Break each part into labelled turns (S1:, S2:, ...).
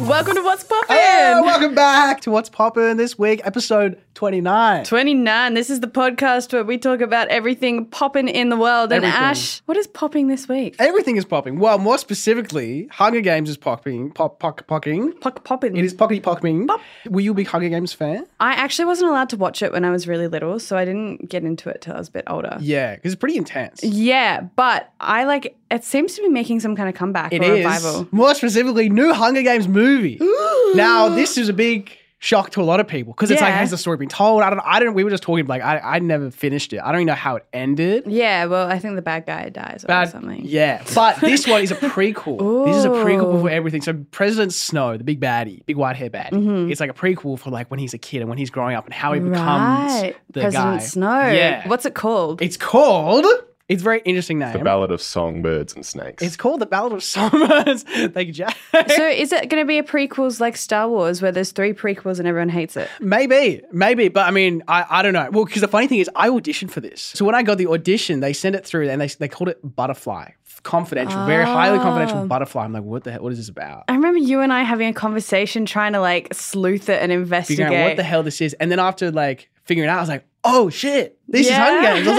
S1: Welcome to What's Poppin'.
S2: Hello, welcome back to What's Poppin' this week, episode 29.
S1: 29. This is the podcast where we talk about everything poppin' in the world. And
S2: Everything.
S1: Ash, what is popping this week?
S2: Everything is popping. Well, more specifically, Hunger Games is popping. Pop, pock, pocking.
S1: Pock poppin'.
S2: It is pockety popping. Were you a big Hunger Games fan?
S1: I actually wasn't allowed to watch it when I was really little, so I didn't get into it till I was a bit older.
S2: Yeah, because it's pretty intense.
S1: Yeah, but I like it seems to be making some kind of comeback
S2: It
S1: or
S2: is.
S1: revival.
S2: More specifically, new Hunger Games movie. now, this is a big shock to a lot of people because it's like,
S1: Yeah.
S2: has the story been told? I don't. I don't. We were just talking like I, I never finished it. I don't even know how it ended.
S1: Yeah, well, I think the bad guy dies or
S2: Bad-
S1: something.
S2: Uh, Yeah, but this one is a prequel. This is a prequel
S1: Ooh.
S2: for everything. So President Snow, the big baddie, big white hair baddie,
S1: Mm-hmm.
S2: it's like a prequel for like when he's a kid and when he's growing up and how he becomes
S1: Right.
S2: the
S1: President
S2: guy.
S1: Snow.
S2: Yeah.
S1: What's it called?
S2: It's called. It's a very interesting name.
S3: The Ballad of Songbirds and Snakes.
S2: it's called the Ballad of Summers. Thank you, Jack.
S1: so is it going to be a prequels like Star Wars where there's three prequels and everyone hates it?
S2: Maybe, maybe, but I mean, I, I don't know. Well, because the funny thing is, I auditioned for this. So when I got the audition, they sent it through and they they called it Butterfly, confidential, very
S1: Oh.
S2: highly confidential Butterfly. I'm like, what the hell? What is this about?
S1: I remember you and I having a conversation trying to like sleuth it and investigate.
S2: Figuring out what the hell this is, and then after like figuring it out, I was like, oh shit, this
S1: Yeah.
S2: is Hunger Games. I was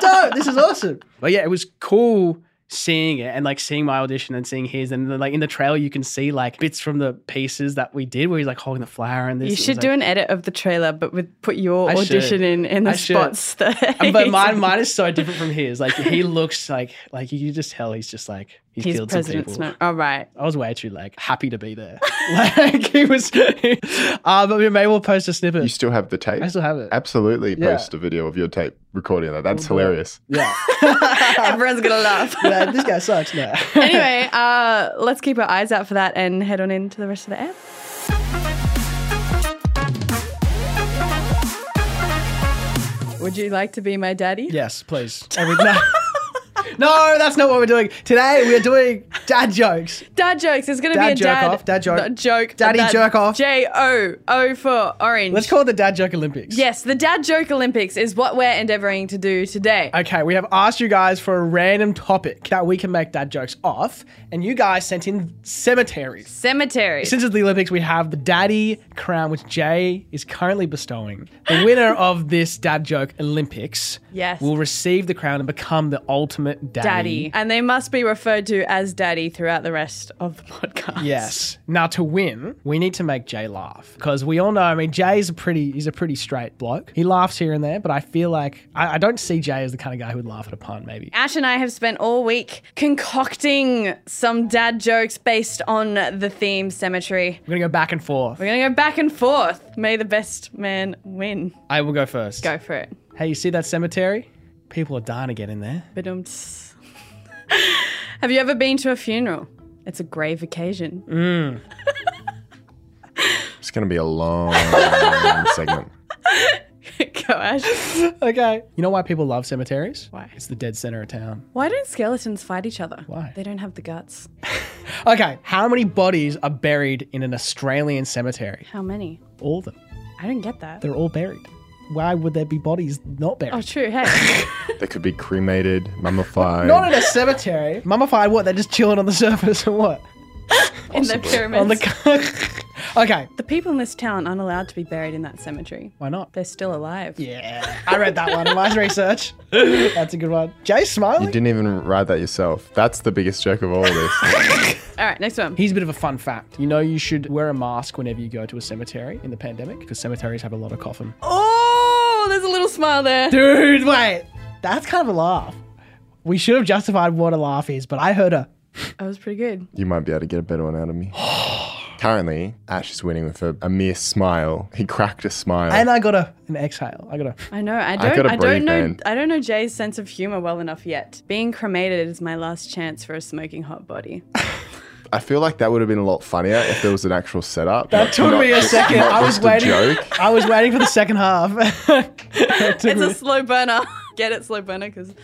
S2: yo, dope, this is awesome. But yeah, it was cool seeing it and like seeing my audition and seeing his and then like in the trailer you can see like bits from the pieces that we did where he's like holding the flower and this
S1: you
S2: It was,
S1: should
S2: like,
S1: do an edit of the trailer, but with put your
S2: I should.
S1: audition in in the
S2: I should.
S1: spots. That
S2: Um, but mine, mine is so different from his. Like he looks like, like you can just tell he's just like he's,
S1: He's
S2: killed
S1: President
S2: some people.
S1: Snow. All right.
S2: I was way too like happy to be there. like he was. uh, but maybe we'll post a snippet.
S3: you still have the tape?
S2: I still have it.
S3: Absolutely
S2: Yeah.
S3: post a video of your tape recording that. That's hilarious.
S2: yeah.
S1: Everyone's gonna laugh.
S2: Yeah, this guy sucks now.
S1: anyway, uh, let's keep our eyes out for that and head on into the rest of the app. Would you like to be my daddy?
S2: yes, please. Every- no. No, that's not what we're doing. Today we are doing dad jokes.
S1: Dad jokes. There's gonna
S2: Dad
S1: be a
S2: jerk
S1: dad
S2: off, dad joke.
S1: no, joke.
S2: Daddy jerk off.
S1: J O O for orange.
S2: Let's call it the dad joke Olympics.
S1: Yes, the Dad Joke Olympics is what we're endeavoring to do today.
S2: Okay, we have asked you guys for a random topic that we can make dad jokes off, and you guys sent in cemeteries.
S1: Cemetery.
S2: Since it's the Olympics, we have the daddy crown, which Jay is currently bestowing. The winner of this dad joke Olympics
S1: Yes.
S2: will receive the crown and become the ultimate daddy.
S1: Daddy. And they must be referred to as Daddy throughout the rest of the podcast.
S2: Yes. Now to win, we need to make Jay laugh because we all know. I mean, Jay's a pretty he's a pretty straight bloke. He laughs here and there, but I feel like I, I don't see Jay as the kind of guy who would laugh at a pun. Maybe.
S1: Ash and I have spent all week concocting some dad jokes based on the theme cemetery.
S2: We're gonna go back and forth.
S1: We're gonna go back and forth. May the best man win.
S2: I will go first.
S1: Go for it.
S2: Hey, you see that cemetery? People are dying to get in there.
S1: Ba-dum-ts. have you ever been to a funeral? It's a grave occasion.
S3: It's going to be a long segment.
S1: go, Ash.
S2: Okay. You know why people love cemeteries?
S1: Why?
S2: It's the dead center of town.
S1: Why don't skeletons fight each other?
S2: Why?
S1: They don't have the guts.
S2: Okay, how many bodies are buried in an Australian cemetery?
S1: How many?
S2: All of them.
S1: I don't get that.
S2: They're all buried. Why would there be bodies not buried?
S1: Oh, true. Hey,
S3: They could be cremated,
S1: Oh,
S3: mummified.
S2: not in a cemetery. Mummified what? They're just chilling on the surface or what?
S1: in the pyramids.
S2: On the Okay,
S1: the people in this town aren't allowed to be buried in that cemetery.
S2: why not?
S1: They're still alive.
S2: Yeah, I read that one. Nice research. That's a good one. Jay's
S3: you
S2: smiling.
S3: didn't even write that yourself. That's the biggest joke of all of this.
S1: All right, next one.
S2: Here's a bit of a fun fact. You know, you should wear a mask whenever you go to a cemetery in the pandemic because cemeteries have a lot of coffin.
S1: Oh, there's a little smile there.
S2: Dude, wait. That's kind of a laugh. We should have justified what a laugh is, but I heard a.
S1: That was pretty good.
S3: you might be able to get a better one out of me. Currently, Ash is winning with a, a mere smile. He cracked a smile.
S2: And I got a an exhale. I got a.
S1: I know. I don't.
S3: gotta
S1: I,
S3: breathe,
S1: don't know.
S3: man.
S1: I don't know Jay's sense of humor well enough yet. Being cremated is my last chance for a smoking hot body.
S3: I feel like that would have been a lot funnier if there was an actual setup.
S2: That took me a second. I was
S3: just a
S2: waiting.
S3: joke.
S2: I was waiting for the second half. It
S1: it's
S2: took
S1: a
S2: me-
S1: slow burner. Get it, slow burner, because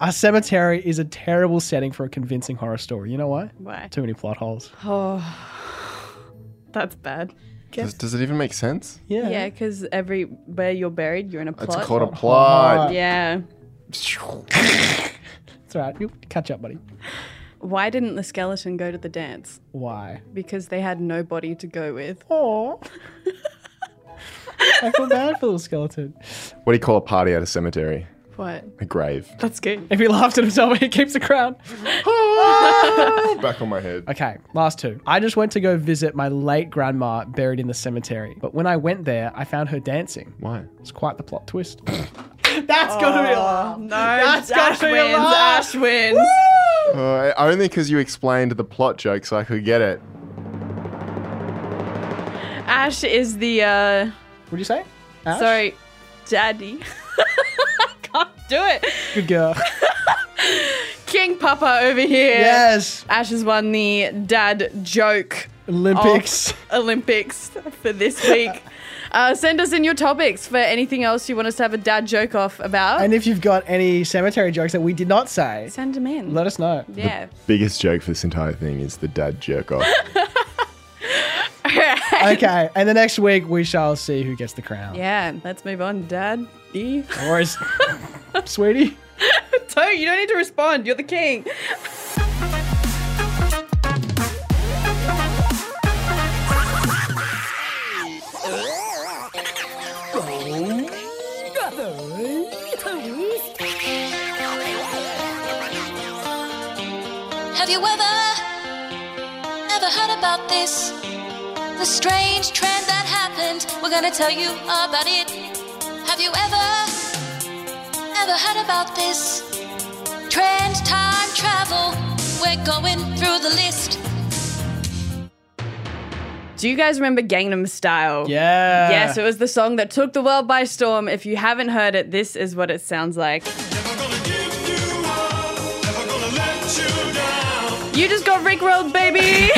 S2: a cemetery is a terrible setting for a convincing horror story. You know why?
S1: why?
S2: Too many plot holes.
S1: Oh, that's bad.
S3: Does, does it even make sense?
S2: Yeah.
S1: Yeah, because every where you're buried, you're in a plot.
S3: It's called
S2: Oh.
S3: a plot.
S1: Yeah.
S2: It's all right. You catch up, buddy.
S1: Why didn't the skeleton go to the dance?
S2: Why?
S1: Because they had no body to go with.
S2: Oh. I feel bad for the little skeleton.
S3: What do you call a party at a cemetery?
S1: What?
S3: A grave.
S1: That's good.
S2: If he laughed at himself, he keeps the crown.
S3: Back on my head.
S2: Okay, last two. I just went to go visit my late grandma buried in the cemetery. But when I went there, I found her dancing.
S3: Why?
S2: It's quite the plot twist. That's gonna be a laugh.
S1: Oh, No,
S2: That's
S1: Ash
S2: gotta be a
S1: wins.
S2: laugh.
S1: Ash wins.
S3: Uh, only because you explained the plot joke so I could get it.
S1: Ash is the uh
S2: What'd you say? Ash?
S1: sorry, daddy. Can't do it.
S2: Good girl.
S1: King Papa over here.
S2: yes.
S1: Ash has won the dad joke
S2: Olympics.
S1: Oh. Olympics for this week. Uh, send us in your topics for anything else you want us to have a dad joke off about.
S2: And if you've got any cemetery jokes that we did not say,
S1: send them in.
S2: let us know.
S1: yeah.
S3: Biggest joke for this entire thing is the dad jerk off.
S2: Okay, and the next week we shall see who gets the crown.
S1: Yeah. Let's move on, Dad. E.
S2: Or is sweetie?
S1: Don't you don't need to respond. You're the king.
S4: Have you ever, ever heard about this? The strange trend that happened. We're gonna tell you about it. Have you ever, ever heard about this? Trend time travel. We're going through the list.
S1: Do you guys remember Gangnam Style?
S2: Yeah.
S1: Yes, it was the song that took the world by storm. If you haven't heard it, this is what it sounds like.
S5: Never gonna give you up, never gonna let you down.
S1: You just got Rickrolled, baby!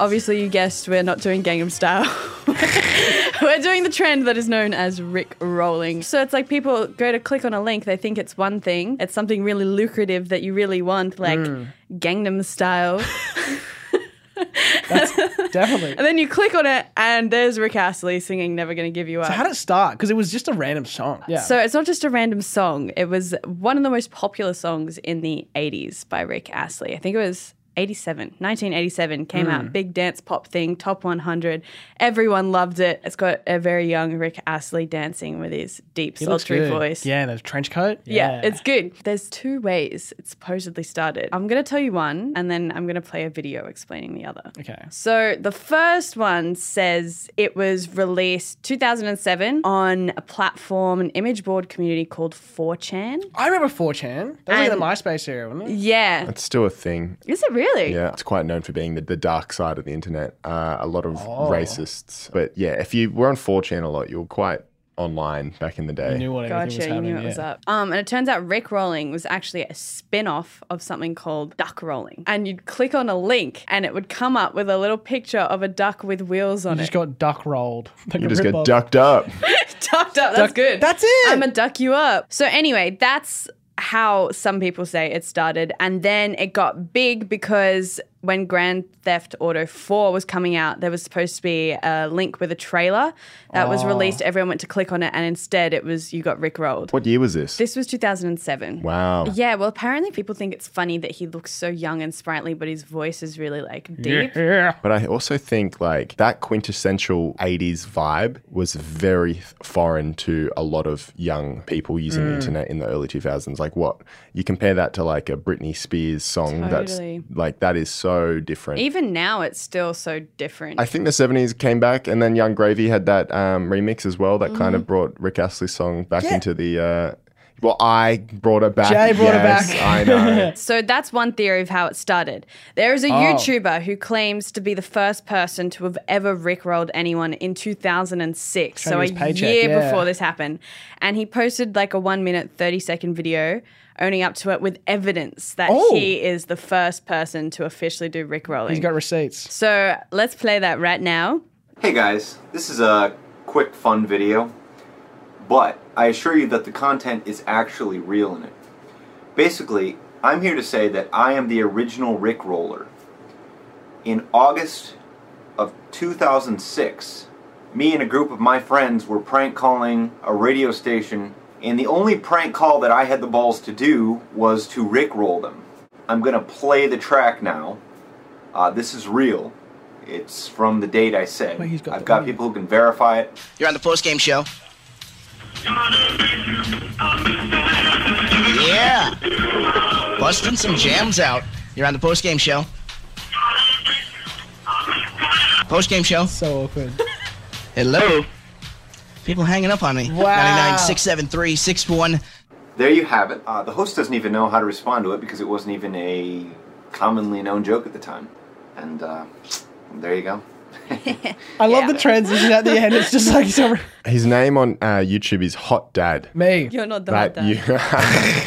S1: Obviously, you guessed we're not doing Gangnam Style. we're doing the trend that is known as Rick rolling. So it's like people go to click on a link, they think it's one thing, it's something really lucrative that you really want, like Gangnam Style.
S2: definitely.
S1: and then you click on it, and there's Rick Astley singing Never Gonna Give You Up.
S2: How did it start? Because it was just a random song. Yeah.
S1: So it's not just a random song. It was one of the most popular songs in the 80s by Rick Astley. I think it was 87, 1987 came
S2: Hmm.
S1: out, big dance pop thing, top 100. Everyone loved it. It's got a very young Rick Astley dancing with his deep,
S2: Looks
S1: sultry
S2: good.
S1: voice.
S2: Yeah, and the trench coat.
S1: Yeah, it's good. There's two ways it supposedly started. I'm going to tell you one, and then I'm going to play a video explaining the other.
S2: okay.
S1: So the first one says it was released 2007 on a platform, an image board community called 4chan.
S2: I remember 4chan. That was like
S1: And-
S2: the MySpace era, wasn't it?
S1: Yeah.
S3: It's still a thing.
S1: Is it really?
S3: Yeah, it's quite known for being the, the dark side of the internet. Uh, a lot of racists. But yeah, if you were on 4chan a lot, you were quite online back in the day.
S2: I knew what everything was
S1: Gotcha, you
S2: happening.
S1: knew it was
S2: yeah.
S1: up. Um, and it turns out Rick Rolling was actually a spin off of something called duck rolling. And you'd click on a link and it would come up with a little picture of a duck with wheels on
S2: You just
S1: it.
S2: got duck rolled. Like
S3: you
S2: a
S3: just
S2: ripoff.
S3: get ducked up.
S1: Ducked up. That's good.
S2: That's it.
S1: I'm gonna duck you up. So anyway, that's how some people say it started, and then it got big because when Grand Theft Auto 4 was coming out, there was supposed to be a link with a trailer that was
S3: Ah.
S1: released. Everyone went to click on it, and instead, it was you got rickrolled.
S3: what year was this?
S1: This was 2007.
S3: wow.
S1: Yeah, well, apparently people think it's funny that he looks so young and sprightly, but his voice is really like deep.
S2: yeah.
S3: But I also think like that quintessential 80s vibe was very th- foreign to a lot of young people using
S2: Mm.
S3: the internet in the early 2000s. Like what? You compare that to like a Britney Spears song
S1: Totally.
S3: that's like that is so different.
S2: E-
S1: Even now, it's still so different.
S3: I think the 70s came back and then Young Gravy had that um, remix as well that kind of
S2: Mm.
S3: brought Rick Astley's song back into the uh, well, I brought it back.
S2: Jay brought it
S3: Yes,
S2: back.
S3: I know.
S1: So that's one theory of how it started. There
S2: Oh.
S1: is a YouTuber who claims to be the first person to have ever rickrolled anyone in 2006, so a
S2: his paycheck,
S1: year
S2: yeah.
S1: before this happened. And he posted like a one minute, 30 second video owning up to it with evidence that
S2: Oh.
S1: he is the first person to officially do rickrolling.
S2: He's got receipts.
S1: so let's play that right now.
S6: Hey guys, this is a quick fun video, but I assure you that the content is actually real in it. Basically, I'm here to say that I am the original Rick Roller. In August of 2006, me and a group of my friends were prank calling a radio station, and the only prank call that I had the balls to do was to Rick Roll them. I'm going to play the track now. Uh, this is real. It's from the date I said.
S2: Wait, he's got
S6: I've
S2: the
S6: got
S2: audio.
S6: people who can verify it.
S7: You're on the post game show. Yeah. Busting some jams out. You're on the post game show. Post game show.
S2: So awkward.
S7: Hello. People hanging up on me.
S2: Wow.
S7: 99 673 61.
S6: There you have it. Uh, the host doesn't even know how to respond to it because it wasn't even a commonly known joke at the time. And uh, there you go.
S2: I love the transition at the end. It's just like so
S3: His name on uh, YouTube is Hot Dad.
S2: me.
S1: You're not the
S3: That
S1: hot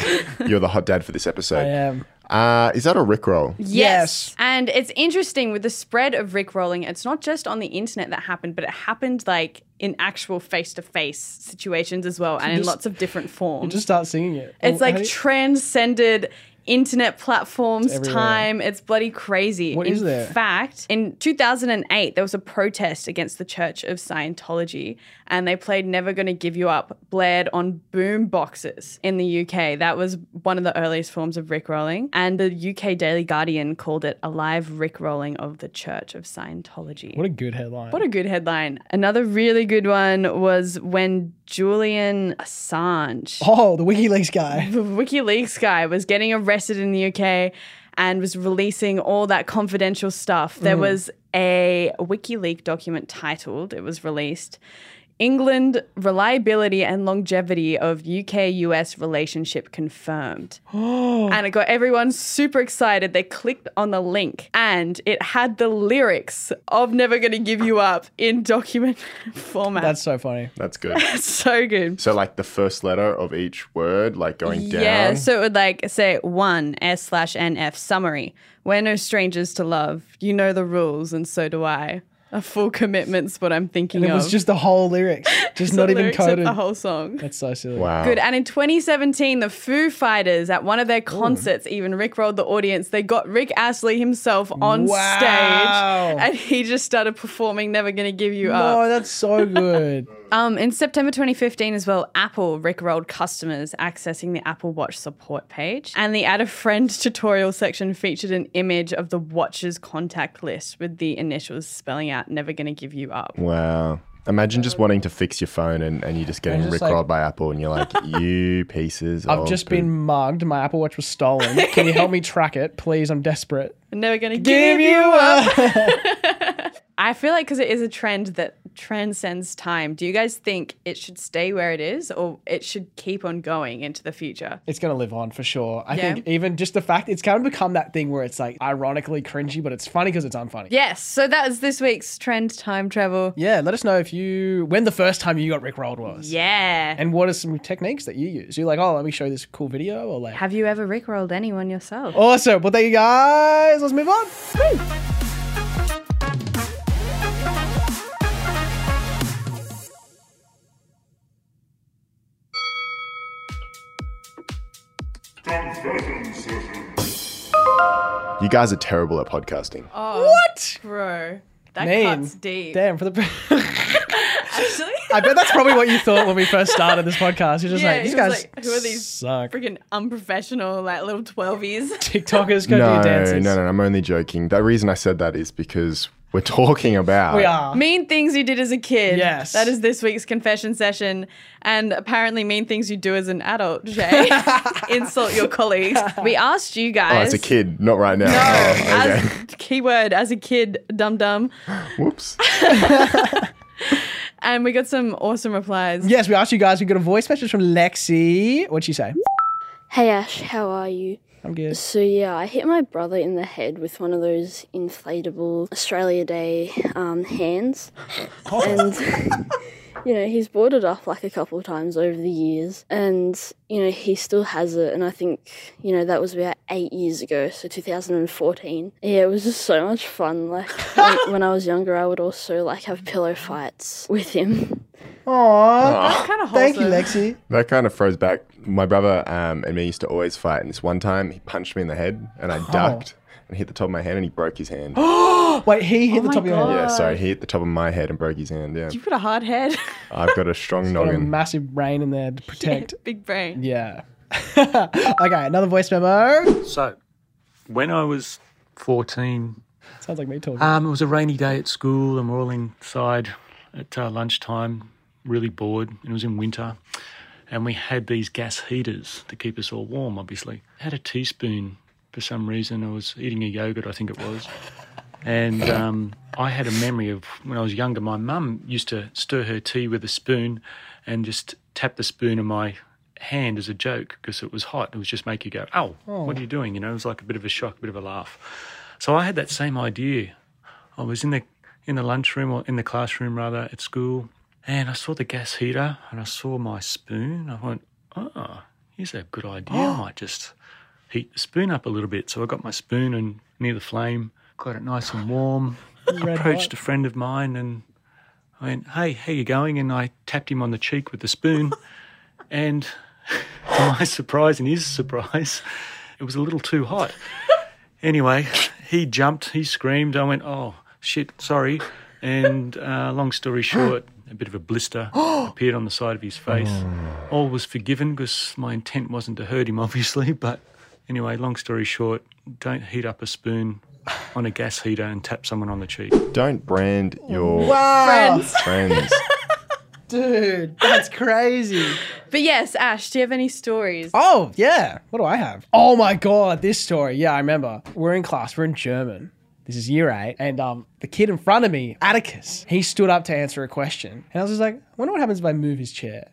S1: dad.
S3: you, you're the hot dad for this episode.
S2: I am.
S3: Uh, is that a Rickroll?
S2: Yes.
S1: And it's interesting with the spread of Rickrolling, it's not just on the internet that happened, but it happened like in actual face to face situations as well and in
S2: Just-
S1: lots of different
S2: You
S1: forms.
S2: just start singing it.
S1: it's
S2: Well,
S1: like
S2: hey,
S1: transcended internet platforms,
S2: everywhere.
S1: time. It's bloody crazy.
S2: What
S1: in
S2: is there?
S1: fact, in 2008, there was a protest against the Church of Scientology and they played Never Gonna Give You Up, blared on boom boxes in the UK. That was one of the earliest forms of rickrolling. And the UK Daily Guardian called it a live rickrolling of the Church of Scientology.
S2: what a good headline.
S1: What a good headline. Another really good one was when Julian Assange
S2: oh, the WikiLeaks guy.
S1: the WikiLeaks guy was getting arrested in the UK and was releasing all that confidential stuff. There was a WikiLeaks document titled, it was released. England reliability and longevity of UK US relationship confirmed. and it got everyone super excited. They clicked on the link and it had the lyrics of Never Gonna Give You Up in document format.
S2: That's so funny.
S3: That's good.
S1: so good.
S3: so like the first letter of each word, like going down.
S1: Yeah, so it would like say one S slash NF summary. We're no strangers to love. You know the rules, and so do I. A full commitment's what I'm thinking
S2: And it
S1: of.
S2: was just the whole lyrics, just
S1: The
S2: not even
S1: lyrics of
S2: coded.
S1: The whole song.
S2: That's so silly.
S3: wow.
S1: Good. And in 2017, the Foo Fighters at one of their concerts even rickrolled the audience. They got Rick Astley himself on
S2: Wow.
S1: stage, and he just started performing "Never Gonna Give You Up."
S2: No, that's so good.
S1: Um, in September 2015 as well, Apple rickrolled customers accessing the Apple Watch support page, and the add a friend tutorial section featured an image of the watch's contact list with the initials spelling out "Never gonna give you up."
S3: Wow. Imagine just wanting to fix your phone and, and you're just getting
S2: just
S3: rickrolled
S2: like-
S3: by Apple and you're like, you pieces.
S2: I've
S3: of
S2: just
S3: poo."
S2: been mugged. My Apple Watch was stolen. Can you help me track it, please? I'm desperate.
S1: Never gonna give,
S2: Give you
S1: you up.
S2: a.
S1: I feel like because it is a trend that transcends time. Do you guys think it should stay where it is, or it should keep on going into the future?
S2: It's gonna live on for sure. I
S1: Yeah.
S2: think even just the fact it's kind of become that thing where it's like ironically cringy, but it's funny because it's unfunny.
S1: Yes. So that was this week's trend time travel.
S2: Yeah, let us know if you when the first time you got rickrolled was.
S1: Yeah.
S2: And what are some techniques that you use? You're like, oh, let me show you this cool video or like.
S1: Have you ever rickrolled anyone yourself?
S2: Awesome. Well, thank you guys. Let's move on. Woo.
S3: You guys are terrible at podcasting.
S2: What?
S1: Bro, that
S2: Man.
S1: cuts deep.
S2: Damn. For the.
S1: Actually,
S2: I bet that's probably what you thought when we first started this podcast. You're just
S1: Yeah,
S2: like, these
S1: he was
S2: guys
S1: like, who are these
S2: suck.
S1: freaking unprofessional, like little twelveies.
S2: TikTokers go do
S3: No,
S2: your
S3: no,
S2: dances.
S3: no, no. I'm only joking. The reason I said that is because we're talking about.
S2: We are.
S1: mean things you did as a kid.
S2: Yes.
S1: that is this week's confession session, and apparently mean things you do as an adult. Jay, insult your colleagues. We asked you
S3: Oh,
S1: guys.
S3: as a kid, not right now. Oh, okay.
S1: as, keyword as a kid, dum dum,
S3: Whoops.
S1: and we got some awesome replies.
S2: Yes, we asked you guys. We got a voice message from Lexi. What'd she say?
S8: Hey Ash, how are you?
S2: I'm good.
S8: So, yeah, I hit my brother in the head with one of those inflatable Australia Day um, hands. And, you know, he's bought it up like a couple of times over the years. And, you know, he still has it. And I think, you know, that was about eight years ago, so 2014. Yeah, it was just so much fun. Like, when, when I was younger, I would also, like, have pillow fights with him.
S2: Aww.
S1: kind of
S2: Thank you, Lexi.
S3: That kind of froze back. My brother um, and me used to always fight, and this one time he punched me in the head, and I ducked and hit the top of my hand, and he broke his hand.
S2: Wait, he hit the
S1: Oh my
S2: top of your head.
S3: yeah, sorry, he hit the top of my head and broke his hand. Yeah,
S1: You've got a hard head,
S3: I've got a strong
S2: Got a
S3: noggin.
S2: massive brain in there to protect.
S1: big brain.
S2: Yeah. okay, another voice memo.
S9: So, when I was 14,
S2: Sounds like me talking.
S9: um, it was a rainy day at school, and we're all inside at uh, lunchtime, really bored. And it was in winter, and we had these gas heaters to keep us all warm. Obviously, I had a teaspoon for some reason. I was eating a yogurt, I think it was, and um, I had a memory of when I was younger. My mum used to stir her tea with a spoon, and just tap the spoon in my hand as a joke because it was hot. It was just make you go, "Oh, what are you doing?" You know, it was like a bit of a shock, a bit of a laugh. So I had that same idea I was in the in the lunchroom or in the classroom rather at school, and I saw the gas heater and I saw my spoon. I went, oh, here's a good idea. I might just heat the spoon up a little bit. So I got my spoon and near the flame, got it nice and warm. approached a friend of mine and I went, hey, how you going? And I tapped him on the cheek with the spoon, and to my surprise and his surprise, it was a little too hot. Anyway, he jumped, he screamed. I went, oh, shit, sorry. And uh, long story short, a bit of a blister appeared on the side of his face. All was forgiven because my intent wasn't to hurt him, obviously. But anyway, long story short, don't heat up a spoon on a gas heater and tap someone on the cheek.
S3: Don't brand your
S1: Friends.
S3: friends.
S2: Ah, Dude, that's crazy.
S1: But yes, Ash, do you have any stories?
S2: Oh, yeah. What do I have? Oh my god, this story. Yeah, I remember. We're in class, we're in German. This is year eight, and um, the kid in front of me, Atticus, he stood up to answer a question. And I was just like, I wonder what happens if I move his chair.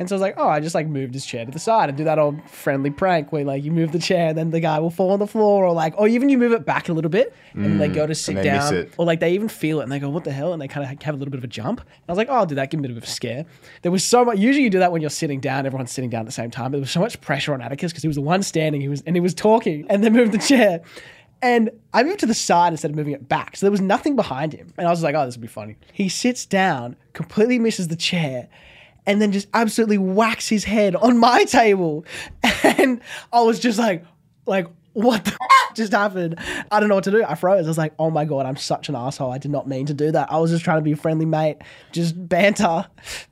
S2: And so I was like, oh, I just like moved his chair to the side and do that old friendly prank where like you move the chair and then the guy will fall on the floor or like, or even you move it back a little bit and they go to sit
S3: Mm, they miss
S2: down
S3: it.
S2: or like they even feel it and they go, what the hell? And they kind of have a little bit of a jump. And I was like, oh, I'll do that, give him a bit of a scare. There was so much, usually you do that when you're sitting down, everyone's sitting down at the same time, but there was so much pressure on Atticus because he was the one standing he was, and he was talking and then moved the chair. And I moved to the side instead of moving it back. So there was nothing behind him. And I was like, oh, this would be funny. He sits down, completely misses the chair, and then just absolutely whacks his head on my table. And I was just like, like, what the just happened? I don't know what to do. I froze. I was like, oh my God, I'm such an asshole. I did not mean to do that. I was just trying to be a friendly mate, just banter.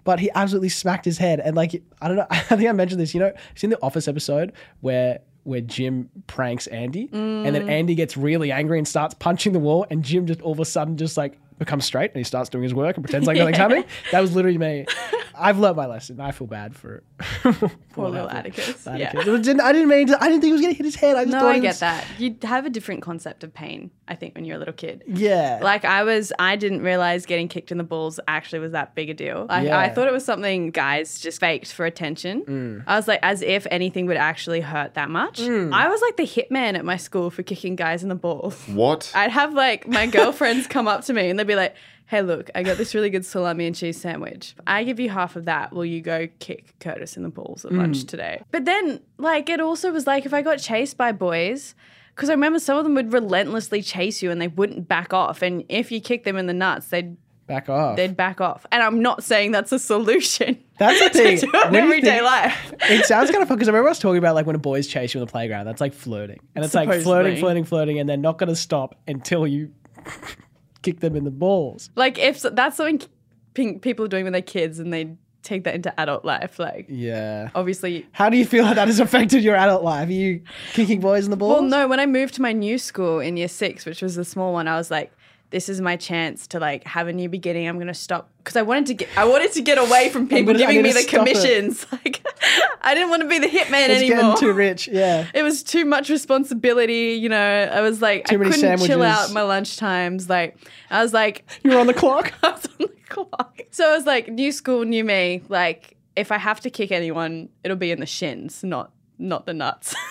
S2: But he absolutely smacked his head. And like, I don't know. I think I mentioned this, you know, it's in the office episode where where Jim pranks Andy, and then Andy gets really angry and starts punching the wall, and Jim just all of a sudden just like becomes straight and he starts doing his work and pretends like nothing's happening. That was literally me. I've learned my lesson. I feel bad for it.
S1: Poor little Atticus.
S2: I
S1: Yeah.
S2: didn't, I didn't mean to. I didn't think he was gonna hit his head. I just
S1: No,
S2: thought
S1: I
S2: he
S1: get
S2: was-
S1: that. You have a different concept of pain, I think, when you're a little kid.
S2: Yeah,
S1: Like I was, I didn't realize getting kicked in the balls actually was that big a deal. Like
S2: Yeah. Mm.
S1: I thought it was something guys just faked for attention. I was like, as if anything would actually hurt that much. I was like the hitman at my school for kicking guys in the balls.
S3: What?
S1: I'd have like my girlfriends come up to me and they'd be like, "Hey, look, I got this really good salami and cheese sandwich. I give you half of that. Will you go kick Curtis in the balls at lunch
S2: Mm.
S1: today?" But then, like, it also was like if I got chased by boys. Because I remember some of them would relentlessly chase you and they wouldn't back off. And if you kicked them in the nuts, they'd
S2: back off.
S1: they'd back off. And I'm not saying that's a solution
S2: That's
S1: to
S2: the thing.
S1: do
S2: When
S1: in
S2: you
S1: everyday
S2: think-
S1: life.
S2: It sounds kind of fun because I remember I was talking about like when a boy's chase you on the playground. That's like flirting, and it's like flirting,
S1: Supposedly.
S2: flirting, flirting, and they're not gonna stop until you kick them in the balls.
S1: Like if so- that's something pink people are doing with their kids and they take that into adult life, like
S2: Yeah.
S1: obviously
S2: How do you feel that has affected your adult life? Are you kicking boys in the balls?
S1: Well, no, when I moved to my new school in year six, which was the small one, I was like, this is my chance to like have a new beginning. I'm gonna stop because I wanted to get I wanted to get away from people
S2: gonna- I
S1: giving
S2: need
S1: me
S2: to
S1: the
S2: stop it.
S1: commissions. Like I didn't want to be the hitman
S2: it's
S1: anymore.
S2: getting too rich. Yeah.
S1: It was too much responsibility, you know. I was like,
S2: Too
S1: I
S2: many
S1: couldn't chill
S2: sandwiches.
S1: out my lunch times. Like, I was like,
S2: You're on the clock.
S1: I was on the clock. So I was like, new school, new me. Like, if I have to kick anyone, it'll be in the shins, not not the nuts.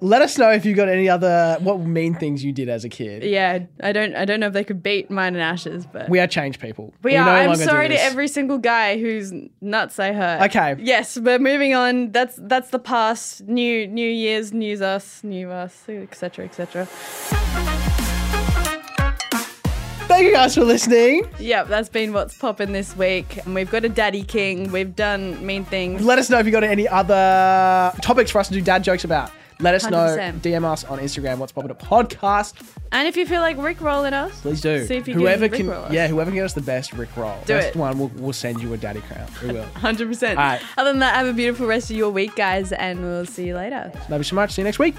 S2: Let us know if you got any other what mean things you did as a kid.
S1: yeah, I don't I don't know if they could beat mine and Ash's, but
S2: We are change people.
S1: we,
S2: no
S1: are. I'm
S2: longer do
S1: sorry to
S2: this.
S1: every single guy whose nuts I hurt.
S2: Okay.
S1: Yes, we're moving on. That's that's the past. New New Year's, news us, new us, etc. etc.
S2: Thank you guys for listening.
S1: Yep, that's been what's popping this week, and we've got a daddy king. We've done mean things.
S2: Let us know if you got any other topics for us to do dad jokes about. Let us know.
S1: 100%.
S2: DM us on Instagram. What's poppin' a podcast?
S1: And if you feel like rickrolling us,
S2: Please do.
S1: See if you
S2: whoever
S1: can
S2: can,
S1: Rickroll us.
S2: yeah, whoever can get us the best Rick roll,
S1: Do
S2: best
S1: it.
S2: one, we'll, we'll send you a daddy crown. We will.
S1: Hundred percent.
S2: All right.
S1: Other than that, have a beautiful rest of your week, guys, and we'll see you later.
S2: Love you so much. See you next week.